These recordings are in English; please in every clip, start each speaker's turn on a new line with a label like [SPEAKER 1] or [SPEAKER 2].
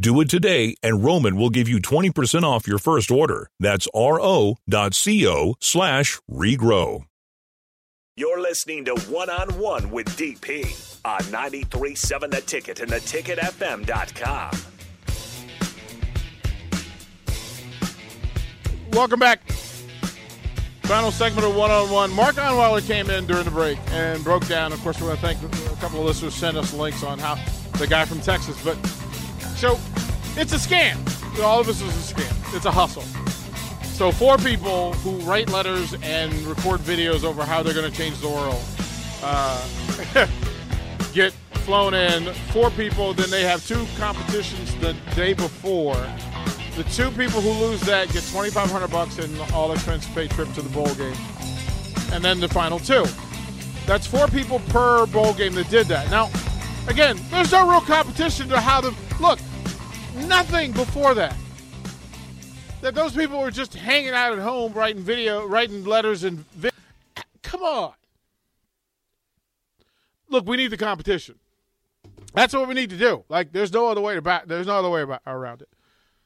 [SPEAKER 1] Do it today, and Roman will give you 20% off your first order. That's ro.co slash regrow.
[SPEAKER 2] You're listening to One on One with DP on 93.7 The Ticket and theticketfm.com.
[SPEAKER 3] Welcome back. Final segment of one on one. Mark Onweiler came in during the break and broke down. Of course, we want to thank a couple of listeners who sent us links on how the guy from Texas, but so it's a scam. All of us is a scam. It's a hustle. So four people who write letters and record videos over how they're going to change the world uh, get flown in. Four people. Then they have two competitions the day before. The two people who lose that get 2,500 bucks and all expense paid trip to the bowl game, and then the final two. That's four people per bowl game that did that. Now, again, there's no real competition to how the look nothing before that. That those people were just hanging out at home, writing video, writing letters, and vi- come on. Look, we need the competition. That's what we need to do. Like, there's no other way to back. There's no other way about, around it.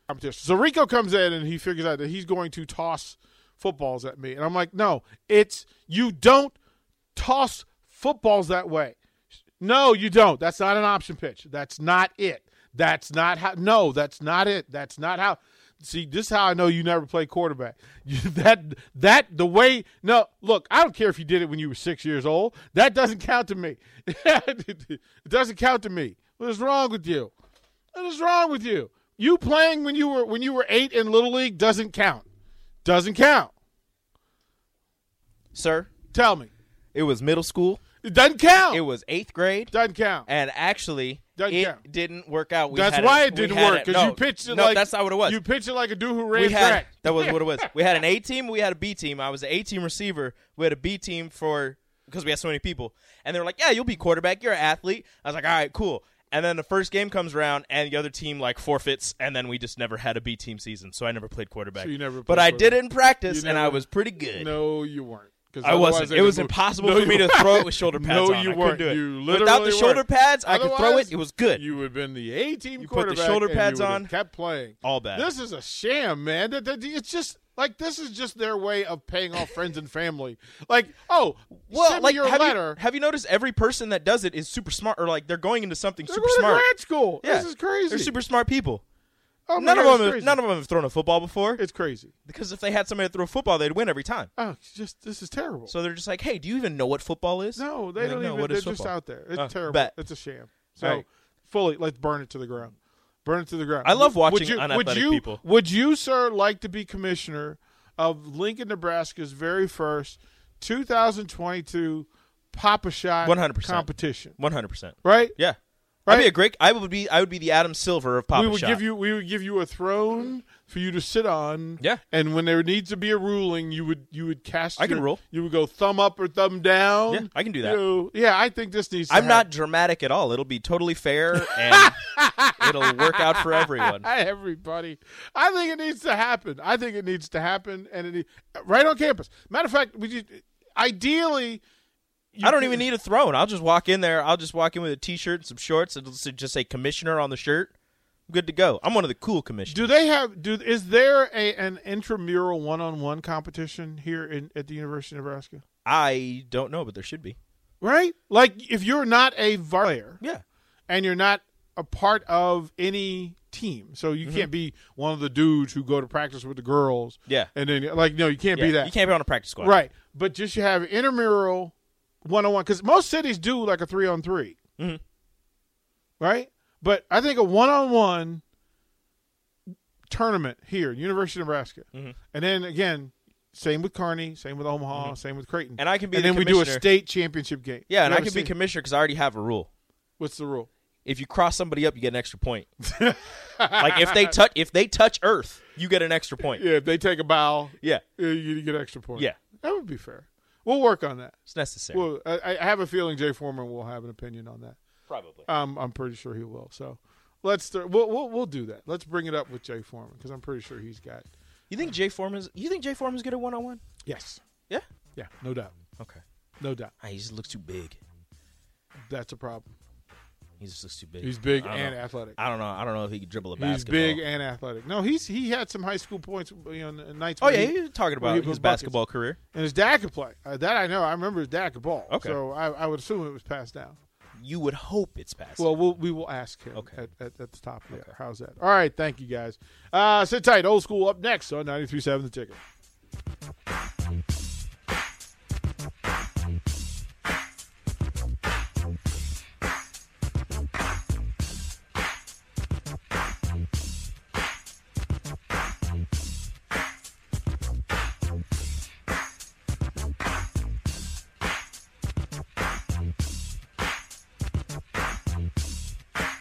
[SPEAKER 3] Competition. So Rico comes in and he figures out that he's going to toss footballs at me, and I'm like, no, it's you don't toss footballs that way. No, you don't. That's not an option pitch. That's not it. That's not how. No, that's not it. That's not how. See, this is how I know you never play quarterback. You, that that the way. No, look, I don't care if you did it when you were six years old. That doesn't count to me. it doesn't count to me. What is wrong with you? What is wrong with you? You playing when you were when you were eight in little league doesn't count. Doesn't count.
[SPEAKER 4] Sir,
[SPEAKER 3] tell me.
[SPEAKER 4] It was middle school.
[SPEAKER 3] It doesn't count.
[SPEAKER 4] It was eighth grade.
[SPEAKER 3] Doesn't count.
[SPEAKER 4] And actually,
[SPEAKER 3] Doesn't
[SPEAKER 4] it
[SPEAKER 3] count.
[SPEAKER 4] didn't work out. We
[SPEAKER 3] that's
[SPEAKER 4] had
[SPEAKER 3] why
[SPEAKER 4] a-
[SPEAKER 3] it didn't
[SPEAKER 4] we had
[SPEAKER 3] work
[SPEAKER 4] a-
[SPEAKER 3] because
[SPEAKER 4] no,
[SPEAKER 3] you pitched it
[SPEAKER 4] no,
[SPEAKER 3] like
[SPEAKER 4] that's not what it was.
[SPEAKER 3] You pitched it like a dude who
[SPEAKER 4] we
[SPEAKER 3] ran
[SPEAKER 4] had
[SPEAKER 3] track.
[SPEAKER 4] that was what it was. We had an A team, we had a B team. I was an A team receiver. We had a B team for because we had so many people, and they were like, "Yeah, you'll be quarterback. You're an athlete." I was like, "All right, cool." And then the first game comes around, and the other team like forfeits, and then we just never had a B team season. So I never played quarterback.
[SPEAKER 3] So you never
[SPEAKER 4] but
[SPEAKER 3] played
[SPEAKER 4] I did it in practice,
[SPEAKER 3] You
[SPEAKER 4] and I
[SPEAKER 3] never-
[SPEAKER 4] was pretty good.
[SPEAKER 3] No, you weren't. 'Cause
[SPEAKER 4] I
[SPEAKER 3] otherwise
[SPEAKER 4] wasn't.
[SPEAKER 3] they'd
[SPEAKER 4] It was
[SPEAKER 3] have moved-
[SPEAKER 4] impossible
[SPEAKER 3] No,
[SPEAKER 4] for
[SPEAKER 3] you
[SPEAKER 4] me to
[SPEAKER 3] weren't.
[SPEAKER 4] throw it with shoulder pads
[SPEAKER 3] no,
[SPEAKER 4] on.
[SPEAKER 3] you
[SPEAKER 4] I couldn't
[SPEAKER 3] weren't.
[SPEAKER 4] do it.
[SPEAKER 3] You
[SPEAKER 4] Without
[SPEAKER 3] literally
[SPEAKER 4] the shoulder
[SPEAKER 3] weren't.
[SPEAKER 4] pads, I could throw
[SPEAKER 3] Otherwise,
[SPEAKER 4] it. It was good.
[SPEAKER 3] You would have been the A team
[SPEAKER 4] You put the
[SPEAKER 3] quarterback.
[SPEAKER 4] shoulder
[SPEAKER 3] and
[SPEAKER 4] pads
[SPEAKER 3] you would've
[SPEAKER 4] on.
[SPEAKER 3] Kept playing.
[SPEAKER 4] All bad.
[SPEAKER 3] This is a sham, man. That, that- it's just like this is just their way of paying off friends and family. Like, oh,
[SPEAKER 4] Well,
[SPEAKER 3] send me
[SPEAKER 4] like
[SPEAKER 3] your
[SPEAKER 4] have
[SPEAKER 3] letter.
[SPEAKER 4] You, have you noticed every person that does it is super smart, or like they're going into something
[SPEAKER 3] They're
[SPEAKER 4] super
[SPEAKER 3] going to
[SPEAKER 4] smart?
[SPEAKER 3] grad school.
[SPEAKER 4] Yeah.
[SPEAKER 3] This is crazy.
[SPEAKER 4] They're super smart people.
[SPEAKER 3] Oh my
[SPEAKER 4] none of
[SPEAKER 3] God,
[SPEAKER 4] them,
[SPEAKER 3] it's
[SPEAKER 4] have,
[SPEAKER 3] crazy.
[SPEAKER 4] none of them have thrown a football before.
[SPEAKER 3] It's crazy.
[SPEAKER 4] Because if they had somebody to throw a football, they'd win every time.
[SPEAKER 3] Oh, it's just this is terrible.
[SPEAKER 4] So they're just like, "Hey, do you even know what football is?"
[SPEAKER 3] No, they
[SPEAKER 4] Like,
[SPEAKER 3] don't
[SPEAKER 4] "No,
[SPEAKER 3] even.
[SPEAKER 4] what
[SPEAKER 3] They're
[SPEAKER 4] is
[SPEAKER 3] just
[SPEAKER 4] football?"
[SPEAKER 3] out there. It's
[SPEAKER 4] Oh,
[SPEAKER 3] terrible.
[SPEAKER 4] bet.
[SPEAKER 3] It's a sham. So
[SPEAKER 4] Right.
[SPEAKER 3] fully, let's burn it to the ground. Burn it to the ground.
[SPEAKER 4] I love
[SPEAKER 3] would
[SPEAKER 4] watching
[SPEAKER 3] you, would
[SPEAKER 4] unathletic
[SPEAKER 3] you,
[SPEAKER 4] people.
[SPEAKER 3] Would you, sir, like to be commissioner of Lincoln, Nebraska's very first 2022 Papa Shot
[SPEAKER 4] 100%.
[SPEAKER 3] competition?
[SPEAKER 4] One hundred percent.
[SPEAKER 3] Right.
[SPEAKER 4] Yeah,
[SPEAKER 3] Right.
[SPEAKER 4] I'd be a great. I would be. I would be the Adam Silver of Papa
[SPEAKER 3] we would
[SPEAKER 4] Shot.
[SPEAKER 3] give you. We would give you a throne for you to sit on.
[SPEAKER 4] Yeah.
[SPEAKER 3] And when there needs to be a ruling, you would you would cast.
[SPEAKER 4] I can
[SPEAKER 3] your-
[SPEAKER 4] rule.
[SPEAKER 3] You would go thumb up or thumb down.
[SPEAKER 4] Yeah, I can do
[SPEAKER 3] You
[SPEAKER 4] that.
[SPEAKER 3] know, yeah, I think this needs. To
[SPEAKER 4] I'm
[SPEAKER 3] happen.
[SPEAKER 4] not dramatic at all. It'll be totally fair, and it'll work out for everyone.
[SPEAKER 3] Hi, everybody. I think it needs to happen. I think it needs to happen, and it need- right on campus. Matter of fact, we just, ideally. you
[SPEAKER 4] I don't
[SPEAKER 3] could-
[SPEAKER 4] even need a throne. I'll just walk in there. I'll just walk in with a T-shirt and some shorts. It'll s- just say commissioner on the shirt. I'm good to go. I'm one of the cool commissioners.
[SPEAKER 3] Do they have? Do is there a an intramural one on one competition here in at the University of Nebraska?
[SPEAKER 4] I don't know, but there should be.
[SPEAKER 3] Right, like if you're not a var- player
[SPEAKER 4] Yeah.
[SPEAKER 3] and you're not a part of any team, so
[SPEAKER 4] Mm-hmm.
[SPEAKER 3] you can't be one of the dudes who go to practice with the girls.
[SPEAKER 4] Yeah.
[SPEAKER 3] and then like no, you can't
[SPEAKER 4] Yeah.
[SPEAKER 3] be that.
[SPEAKER 4] You can't be on a practice squad.
[SPEAKER 3] Right. but just you have intramural one on one because most cities do like a three on 3
[SPEAKER 4] Mm-hmm.
[SPEAKER 3] right? But I think a one on one tournament here, University of Nebraska,
[SPEAKER 4] Mm-hmm.
[SPEAKER 3] and then again, same with Kearney, same with Omaha, same with Creighton,
[SPEAKER 4] Mm-hmm. And I can be
[SPEAKER 3] and
[SPEAKER 4] the
[SPEAKER 3] then we do a
[SPEAKER 4] commissioner.
[SPEAKER 3] state championship game.
[SPEAKER 4] Yeah, and
[SPEAKER 3] You have a
[SPEAKER 4] I can be
[SPEAKER 3] state-
[SPEAKER 4] commissioner because I already have a rule.
[SPEAKER 3] What's the rule?
[SPEAKER 4] If you cross somebody up, you get an extra point. like if they touch if they touch Earth, you get an extra point.
[SPEAKER 3] Yeah, if they take a bow,
[SPEAKER 4] Yeah,
[SPEAKER 3] uh, you get extra points.
[SPEAKER 4] Yeah.
[SPEAKER 3] that would be fair. We'll work on that.
[SPEAKER 4] it's necessary.
[SPEAKER 3] Well, I, I have a feeling Jay Foreman will have an opinion on that.
[SPEAKER 4] Probably.
[SPEAKER 3] Um, I'm pretty sure he will. So let's th- we'll, we'll we'll do that. Let's bring it up with Jay Foreman because I'm pretty sure he's got
[SPEAKER 4] You think Jay Foreman's? You think Jay Foreman's good at one on one?
[SPEAKER 3] yes,
[SPEAKER 4] Yeah.
[SPEAKER 3] yeah, no doubt,
[SPEAKER 4] Okay.
[SPEAKER 3] no doubt.
[SPEAKER 4] Ah, he just looks too big.
[SPEAKER 3] That's a problem.
[SPEAKER 4] He just looks too big.
[SPEAKER 3] He's big
[SPEAKER 4] I don't
[SPEAKER 3] and
[SPEAKER 4] know.
[SPEAKER 3] athletic.
[SPEAKER 4] I don't know. I don't know if he could dribble a
[SPEAKER 3] He's
[SPEAKER 4] basketball.
[SPEAKER 3] big and athletic. No, he's he had some high school points. You know, n- nights.
[SPEAKER 4] oh
[SPEAKER 3] when
[SPEAKER 4] yeah,
[SPEAKER 3] he-
[SPEAKER 4] he was talking
[SPEAKER 3] when
[SPEAKER 4] about
[SPEAKER 3] he
[SPEAKER 4] his
[SPEAKER 3] was buckets.
[SPEAKER 4] basketball career.
[SPEAKER 3] and his dad could play. Uh, that I know. I remember his dad could ball.
[SPEAKER 4] Okay.
[SPEAKER 3] So I, I would assume it was passed down.
[SPEAKER 4] You would hope it's passing.
[SPEAKER 3] Well, we'll we will ask him
[SPEAKER 4] Okay.
[SPEAKER 3] at, at, at the top there. How's that? All right. Thank you guys. Uh, sit tight. Old school up next on 93.7 The Ticket.